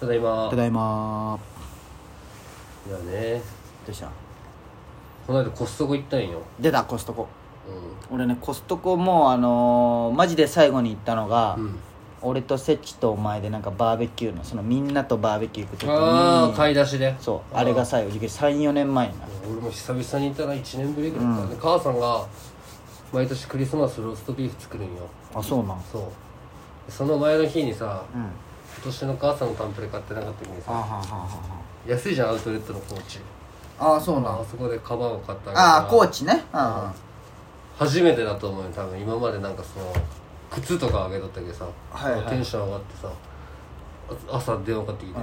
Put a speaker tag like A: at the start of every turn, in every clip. A: ただいま
B: ただいま
A: いやね
B: どうした
A: この間コストコ行ったんよ
B: 出たコストコ
A: う
B: 俺ねコストコもうあのーマジで最後に行ったのが、
A: ん、うん、
B: 俺とセチとお前でなんかバーベキューのそのみんなとバーベキュー行く時に
A: ああ買い出しで
B: そうあれが最後34年前にな
A: 俺も久々に行ったら1年ぶりぐらいか、で母さんが毎年クリスマスローストビーフ作るんよ
B: あそうなん
A: そうでその前の日にさ
B: うんは
A: 今年の母さんのタンプレ買ってなかった時に
B: あ
A: さ
B: はあは
A: 安いじゃんアウトレットのコーチ
B: あはああそうなん
A: あそこでカバンを買った
B: ああコー
A: チ
B: チねうんうんは
A: 初めてだと思うよ多分今までなんかその靴とかあげとったけどさ、
B: はいはい
A: テンション上がってさあ朝電話かかってきて、
B: うん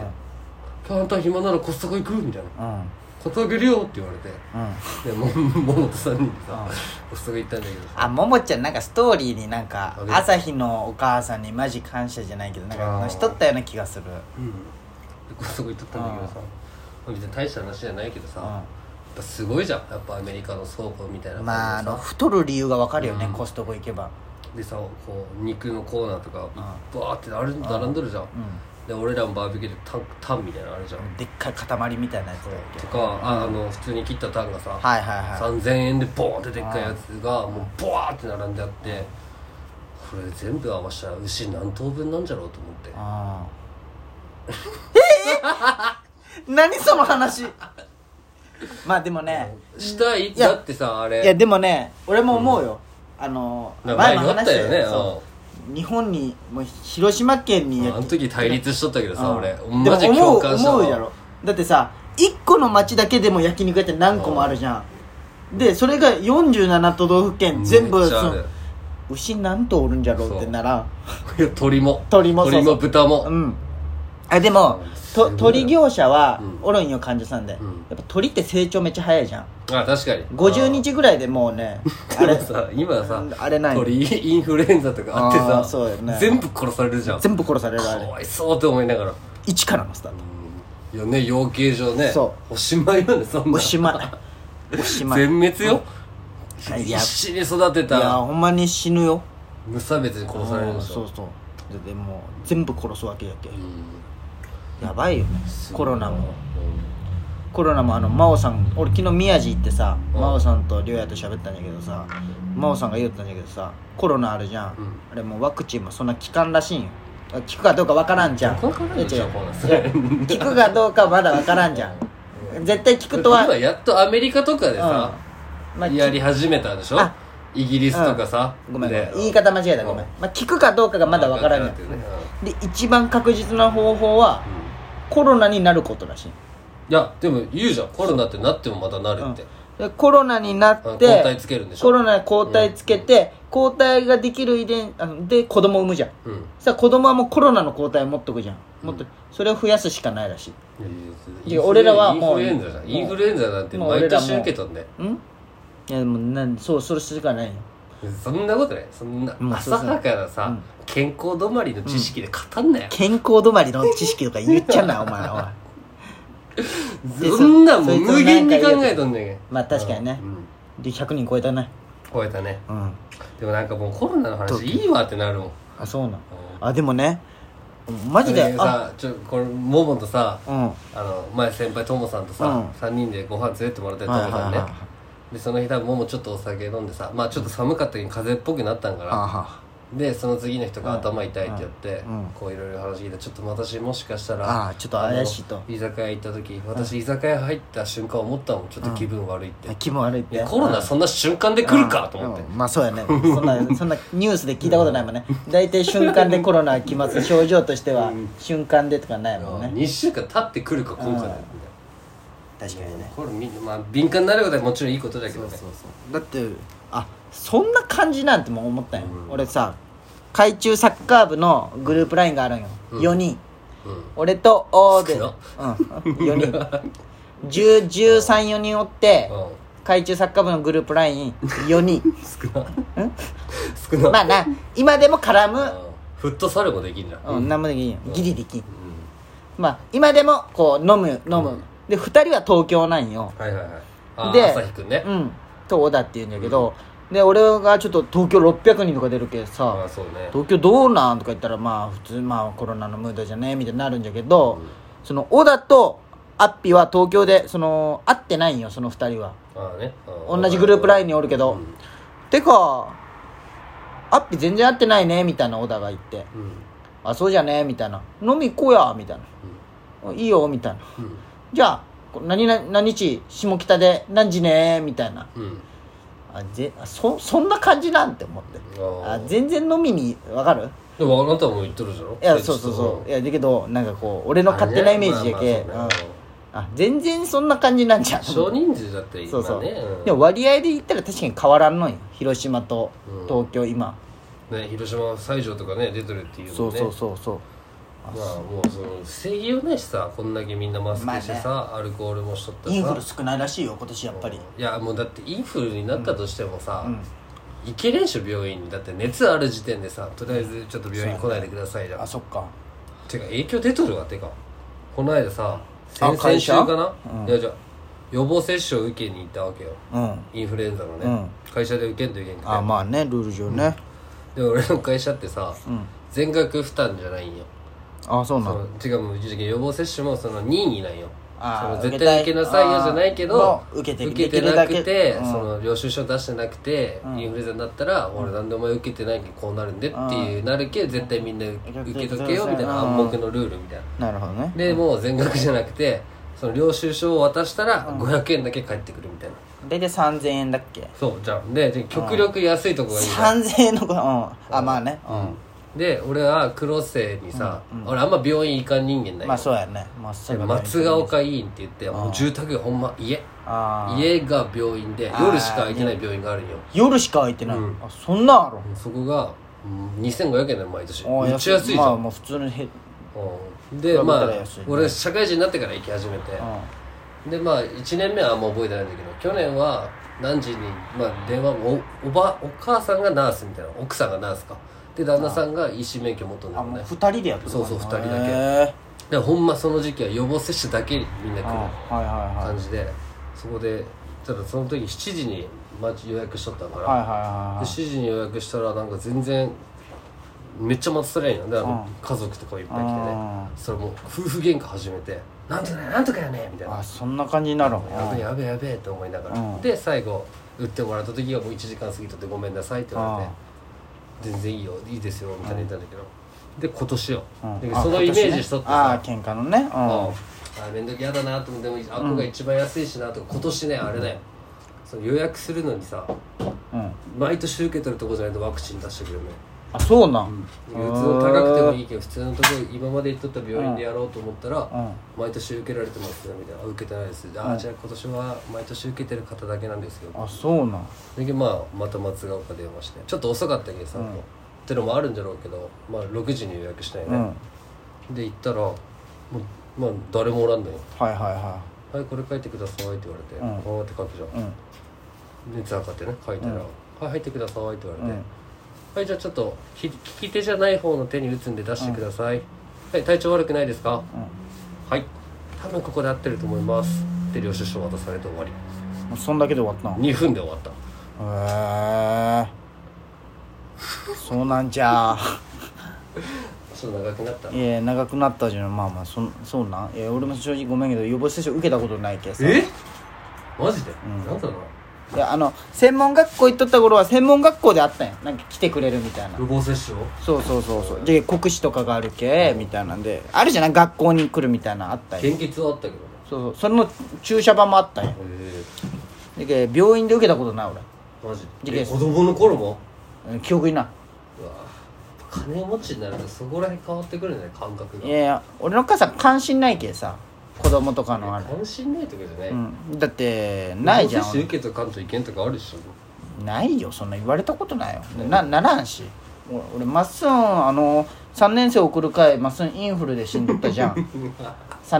A: 今日あんた暇ならコストコ行くみたいな
B: うんうん
A: 断るよって言われてでも 桃と3人でさコストコ行ったんだけどさ
B: あももちゃんなんかストーリーになんか
A: あげる
B: 朝日のお母さんにマジ感謝じゃないけどなん
A: あー
B: かしとったような気がする
A: うんでコストコ行っとったんだけどさ別に大した話じゃないけどさ、
B: うん
A: やっぱすごいじゃんやっぱアメリカの倉庫みたいな
B: まあ
A: 感
B: あ
A: じで
B: の
A: さ
B: 太る理由がわかるよね、
A: うん
B: コストコ行けば
A: でさこう肉のコーナーとかバーってあれ並んどるじゃん、
B: ん
A: で俺らもバーベキューでタンタンみたいなのあるじゃん、
B: でっかい塊みたいなやつだっけ
A: とかああの普通に切ったタンがさ、
B: はいはいはい
A: 3000円でボーンってでっかいやつがもうボワーって並んであってこれ全部合わせたら牛何頭分なんじゃろうと思って
B: あー えー、何その話まあでもね
A: したい
B: や
A: だってさあ
B: いや
A: れ
B: でもね俺も思うよ、あの
A: なんか前に
B: も
A: あったよね
B: 話したそう日本にもう広島県に
A: あの時対立しとったけどさ
B: うん
A: 俺
B: で
A: マジ
B: も
A: 共感した
B: 思う
A: わ
B: 思うや ろだってさ1個の町だけでも焼肉屋って何個もあるじゃんでそれが47都道府県全
A: め
B: 部
A: っちゃあ
B: そ
A: る
B: の牛何頭おるんじゃろうってなら
A: いや鶏も
B: 鶏もそうそう
A: 豚も、
B: うんあでも
A: すご
B: と
A: い
B: 鳥業者は
A: うん
B: おるんよ患者さんで、
A: ん
B: やっぱ鳥って成長めっちゃ早いじゃん
A: あ確かに
B: 50日ぐらいでもうね
A: あ
B: あ
A: れ
B: れ
A: さ今さ
B: あれない
A: 鳥インフルエンザとかあって
B: あ
A: さ
B: ーそうよね
A: 全部殺されるじゃん
B: 全部殺される
A: か
B: あれ
A: わいそうって思いながら
B: 一からのスタート
A: いやね養鶏場ね
B: そ
A: おしまいよねそんな
B: おしまいおしまいい
A: 全滅よ
B: うんい
A: 必
B: や
A: 死に育て
B: や
A: た
B: ほんまに死ぬよ
A: 無差別に殺される
B: うん
A: でし
B: そ
A: ょ
B: うそうででもう全部殺すわけやけ
A: うん
B: やばいよねコロナも
A: う
B: コロナもあの真央さん俺昨日宮地行ってさ
A: うん
B: 真央さんと亮也と喋ったんだけどさ真央さんが言ったんだけどさコロナあるじゃん、
A: うん
B: あれもうワクチンもそんな効かんらしいんよあ効くかどうかわからんじゃん
A: 効かないでしょ
B: 違う
A: こんな
B: 違う効くかどうかまだわからんじゃん絶対効くとは
A: 今やっとアメリカとかでさ
B: まあ
A: やり始めたでしょ
B: あ
A: イギリスとかさ
B: ごめんごめ
A: で
B: ん言い方間違えたごめん、まあ、効くかどうかがまだわからん
A: わ
B: よ
A: からんってね
B: で一番確実な方法は
A: うん
B: コロナになることらしい
A: いやでも言うじゃんコロナってなってもまたなるって
B: でコロナになって
A: あ抗体つけるんでしょ
B: コロナに抗体つけて、抗体ができる遺伝あので子供を産むじゃん
A: うんい
B: さあ子供はもうコロナの抗体を持っとくじゃん持っとくそれを増やすしかないらし
A: やい
B: い
A: や
B: や俺らはもう
A: インフルエンザじゃん
B: もう
A: インフルエンザなんて
B: もう俺
A: 毎
B: らも
A: 年受けとんで
B: いんいやでもなんそうそれしかないよ
A: そんなことないそんな
B: うん
A: 浅はかなさ、
B: うん
A: 健康止まりの知識で語んなよ、
B: 健康止まりの知識とか言っちゃう なお前らはで
A: そんなんもう
B: そいつ
A: 無限に考え
B: なんか言うや
A: とんねん
B: つまあ確かにね
A: う、ん、
B: で100人超えたね
A: 超えたね
B: うん
A: でもなんかもうコロナの話いいわってなるもん
B: あそうなんあでもねマジ
A: で
B: であ
A: さちょこれモモとさ
B: うん
A: あの前先輩ともさんとさ、
B: うん
A: 3人でご飯連れてってもらってとも
B: はいはい
A: さん
B: はい
A: ね、でその日多分モモちょっとお酒飲んでさまあちょっと寒かった時に風邪っぽくなったんか
B: あ
A: ら
B: は
A: でその次の人が頭痛いって言って、
B: うん
A: こういろいろ話聞いてちょっと私もしかしたら
B: あーちょっと怪しいと
A: あの居酒屋行った時私居酒屋入った瞬間思ったもんちょっと気分悪いって、い
B: 気分悪いって
A: やコロナそんな瞬間で来るかと思って、
B: うんまあそうやねそんなそんなニュースで聞いたことないもんね大体瞬間でコロナ来ます症状としては瞬間でとかないもんね
A: 2週間経ってくるか今回だよ
B: 確かにね
A: これみんなまあ敏感になることはもちろんいいことだけどね
B: だってあそんな感じなんてもう思ったよ、俺さ海中サッカー部のグループラインがあるんよ、4人
A: うん
B: 俺とおーで、
A: 少
B: うん、
A: な
B: 4人134人おって
A: うん
B: 海中サッカー部のグループライン4人
A: 少な少な、
B: まあな今でも絡む
A: うんフットサルもできんじゃん、
B: うん、何もできんよギリできん
A: う
B: まあ今でもこう飲む飲む、で2人は東京なんよ
A: んはいはいはいあ
B: で
A: 朝日くんね
B: うんと小田っていうんだけど、で俺がちょっと東京600人とか出るけ
A: ま
B: さ
A: あそうね
B: 東京どうなんとか言ったらまあ普通まあコロナのムードじゃねみたいになるんじゃけど、その小田とアッピーは東京でその会ってないんよその2人は
A: ああね
B: 同じグループラインにおるけど、
A: うん
B: てかアッピー全然会ってないねみたいな小田が言って
A: うん
B: 「あそうじゃね」みたいな「飲み行こうや」みたいな「いいよ」みたいな
A: うん
B: 「じゃあこ何々何日下北で何時ね」みたいな
A: うん
B: あぜあそそんな感じなんて思って
A: あ
B: あ
A: あ
B: 全然飲みにわかる
A: でもあなたも言ってるじゃん
B: いやそうそうそういやだけどなんかこう俺の勝手なイメージやけ
A: まあまあそうね
B: うんあ全然そんな感じな んじゃん
A: 少人数だったらいい
B: そうそう、
A: ねん
B: でも割合で言ったら確かに変わらんのよ広島と東京今、
A: ね広島西条とかね出てるっていうのね
B: そうそうそうそう
A: まあもうその防ぎようないしさこんだけみんなマスクしてさ、アルコールもしとったらさ
B: インフル少ないらしいよ今年やっぱり
A: いやもうだってインフルになったとしてもさ、
B: うん
A: 行けれんしょ病院にだって熱ある時点でさとりあえずちょっと病院来ないでくださいじゃん、
B: あそっか
A: てか影響出とるわてかこの間さ
B: あ
A: 先々週かな、
B: 会社うん
A: いやじゃあ予防接種を受けに行ったわけよ
B: うん
A: インフルエンザのね、
B: うん
A: 会社で受けんといけんくて
B: あまあねルール上ね
A: で俺の会社ってさ、
B: ん
A: 全額負担じゃないんよ
B: あそうな
A: そ
B: の
A: の違うもう一時期予防接種もその任意なんよ
B: あー
A: その絶対
B: 受
A: 受
B: け
A: けな
B: たい
A: さいよじゃないけど
B: あー受けて
A: なく
B: できる
A: て、
B: だけうん
A: その領収書出してなくて、インフルエンザになったら、俺なんでお前受けてないけどこうなるんでっていう、なるけ絶対みんな受けとけよみたいな
B: うん
A: 暗黙のルールみたいな、
B: なるほどね
A: でもう全額じゃなくてその領収書を渡したら500円だけ返ってくるみたいな、
B: 大体3000円だっけ
A: そうじゃあでで極力安いとこがいいな
B: 3000円の子うんあまあね
A: で俺は黒瀬にさ、俺あんま病院行かん人間ないよ、
B: まあそうやねまあそういえば
A: 松ヶ丘医院って言ってもう住宅がほんま家
B: ああ
A: 家が病院で夜しか空いてない病院があるんよ
B: 夜しか空いてない
A: うん
B: あそんなんある
A: そこがうん2500円だよ毎年
B: あ
A: めっちゃ安いじゃ
B: まあ
A: ん、
B: まあ普通のへ
A: うんで
B: 比べた
A: まあ
B: ら安いね
A: 俺社会人になってから行き始めてでまあ1年目はあんま覚えてないんだけど去年は何時に、まあ、電話もおおばお母さんがナースみたいな奥さんがナースかで旦那さんが医師免許持っとる
B: あ
A: ん
B: もう
A: だよね
B: 2人でやってる
A: そうそう二人だけ
B: へえ
A: でほんまその時期は予防接種だけにみんな来
B: あ
A: る
B: はいはいはい
A: 感じでそこでただその時7時に待ち予約しとったから、
B: はいはいはいは
A: で
B: い
A: 7時に予約したらなんか全然めっちゃ待たされんやんだから家族とかいっぱい来てね
B: う
A: それもう夫婦喧嘩始めて「なんとかやなんとかやね」みたいな
B: あそんな感じになる
A: 「やべえやべえやべえ」と思いなが
B: う
A: ら
B: ん
A: で最後売ってもらった時がもう1時間過ぎとって「ごめんなさい」って言われて「全然いいよいいですよ」みたいな言ったんだけどで今年よ
B: うん
A: で
B: あ
A: そのイメージしとって
B: ああ
A: さ
B: 喧嘩のねう
A: あ
B: ん
A: あ面倒嫌だなと思ってでもあここが一番安いしなとか今年ねあれだよその予約するのにさ
B: うん
A: 毎年受け取るとこじゃないとワクチン出してくれるね
B: あそうなん
A: 普通の高くてもいいけど普通のところ今まで行っとった病院でやろうと思ったら、
B: うん
A: 毎年受けられてますよみたいなあ受けてないですあ、じゃあ今年は毎年受けてる方だけなんですよ
B: あそうなん
A: でまあまた松ヶ丘電話してちょっと遅かったけどさ、もうってのもあるんじゃろうけど、まあ、6時に予約したよ
B: う
A: ね
B: ん、はい
A: で行ったらもう、まあ、誰もおらんのよ
B: はいは
A: 「はいこれ書いてください」って言われて「
B: うん
A: 頑張って書くじゃん」
B: いうん
A: 熱測ってね書いたら「はい入ってください」って言われて「
B: うん
A: はいじゃあちょっとひ利き手じゃない方の手に打つんで出してください」はい体調悪くないですか?」はい多分ここで合ってると思います」で領収書渡されて終わり
B: もうそんだけで終わった
A: 2分で終わった
B: のへえそうなんじゃ
A: ちょっと長くなった
B: いや長くなったじゃんまあまあそんそうなんいや俺も正直ごめんけど予防接種受けたことないけどさ
A: えマジで、なんだろうない
B: やあの専門学校行っとった頃は専門学校であったんやなんか来てくれるみたいな
A: 予防接種を
B: そうそうそうそうで国試とかがあるけみたいなんであるじゃない学校に来るみたいなのあったんや
A: 献血はあったけどね
B: そうそうそれの注射場もあったんや
A: え
B: でけ病院で受けたことない
A: えマジで
B: 事件
A: え子供の頃も
B: 俺うん記憶にないう
A: わ金持ちになるとそこら辺変わってくるんじゃない感覚が
B: いやいや俺の母さん関心ないけさ子供とかのあれ、
A: 関心ないとかじゃない、
B: うん、だってないじゃん
A: 接種受けとかんといけんとかあるでしょ
B: 俺ないよそんな言われたことないよなならんし俺俺まっすんあの3年生送る会まっすんインフルで死んどったじゃん 3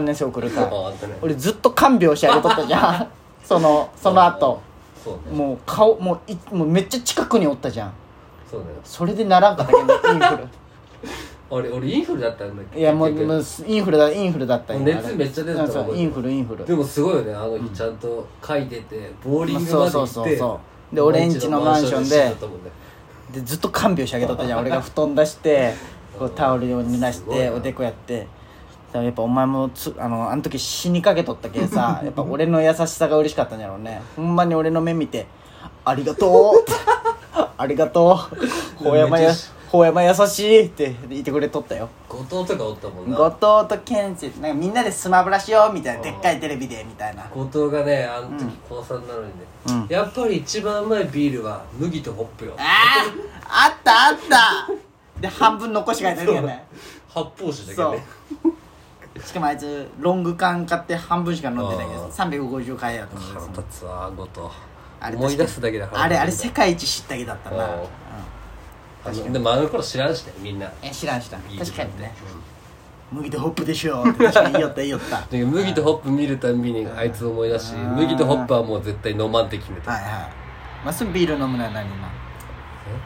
B: 年生送る会
A: ああったね
B: 俺ずっと看病してあげとった じゃんそのその後
A: そうね
B: もう顔もういもうめっちゃ近くにおったじゃん
A: そうだよ
B: それでならんかったけどインフ
A: 俺俺インフルだったんだけ
B: ル
A: ど
B: いやもう
A: 結
B: も
A: 局
B: うインフルだインフルだったよ
A: 熱めっちゃ出てた
B: うんそうインフルインフル
A: でもすごいよねあの日ちゃんと書いててボーリング
B: そ
A: ま
B: う
A: で
B: そ
A: 行
B: う
A: って、
B: そうそうで俺んちのマンションで
A: マンションで一緒だったもんね
B: でずっと看病してあげとったじゃん 俺が布団出してこうタオルを濡らし
A: すごい
B: て
A: な
B: おでこやってだからやっぱお前もつあのあの時死にかけとったけん さやっぱ俺の優しさが嬉しかったんやろうねほんまに俺の目見て「ありが とう」ありがとう」ほうやまや「ほうやま優しい」って言ってくれとったよ
A: 後藤とかおったもんな
B: 後藤と健介なんかみんなでスマブラしようみたいなでっかいテレビでみたいな
A: 後藤がねあの時高三なのにね、
B: うん
A: やっぱり一番うまいビールは麦とホップよ
B: あーあったあ ったで半分残しがいてるよね
A: 発泡酒だけど
B: そ
A: ね
B: うしかもあいつロング缶買って半分しか飲んでないけ
A: あ
B: ど
A: ー
B: 350回やと思
A: 腹
B: う
A: 立つわ後藤
B: あれ
A: 思い出すだけで
B: 確
A: 腹立つ
B: かにあれあれ世界一知った気だったな、
A: うん
B: うん
A: あのでもあの頃知らんしねみんな
B: え知らんした
A: ビール
B: 確かにね麦とホップでしょって確かに言いよった言いよ ったは
A: で麦とホップ見るたんびにあいつ思い出し
B: ん
A: 麦とホップはもう絶対飲まんって決め
B: い
A: た
B: はいまっすぐビール飲むのは何今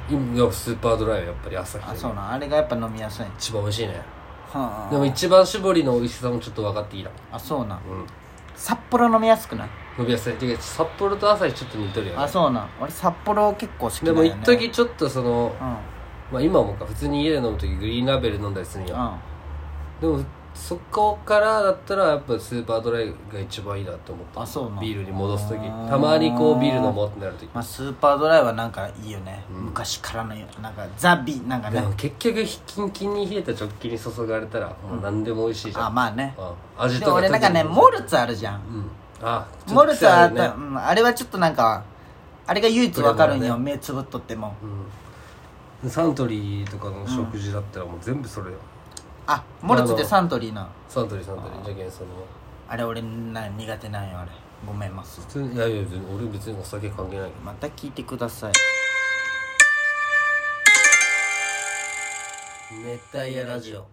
A: 今はスーパードライはやっぱり朝日
B: あそうなんあれがやっぱ飲みやすい
A: 一番美味しいね
B: はあ
A: でも一番搾りの美味しさもちょっと分かってきた
B: あそうなん
A: うん
B: 札幌飲みやすくない
A: 伸びやすいてか札幌と朝日ちょっと似てるよ
B: あ
A: ね
B: そうなん俺札幌結構好きだ
A: で
B: よ、
A: も
B: ね、
A: 一時ちょっとその
B: うん
A: まあ今もか普通に家で飲む時グリーンラベル飲んだりするん
B: う
A: よ
B: ん
A: でもそこからだったらやっぱスーパードライが一番いいなって思った
B: あそうなん
A: ビールに戻す時
B: あー
A: たまにこうビール飲もうってなる時
B: まあ、スーパードライはなんかいいよね、昔からのよなんかザ・ビなんか
A: で
B: ね
A: も結局キンキンに冷えた直球に注がれたらもう何でも美味しいじゃ
B: あ
A: ん、
B: まあね
A: うん味
B: で
A: とか
B: も俺なんかね
A: 特に
B: モルツあるじゃ、
A: うんんあちょっと
B: モルツあっ
A: 癖
B: た、
A: るね
B: うん、あれはちょっとなんかあれが唯一わかるん
A: どれ
B: よ、
A: も
B: 目つぶっとっても、
A: うんサントリーとかの食事だったらもう全部それよ、
B: あモルツってサントリーな
A: サントリーサントリーじゃけんその
B: あれ俺な苦手なんよあれごめんます
A: 普通にいやいや別に俺別にお酒関係ないけど
B: また聞いてください
A: 熱帯夜ラジオ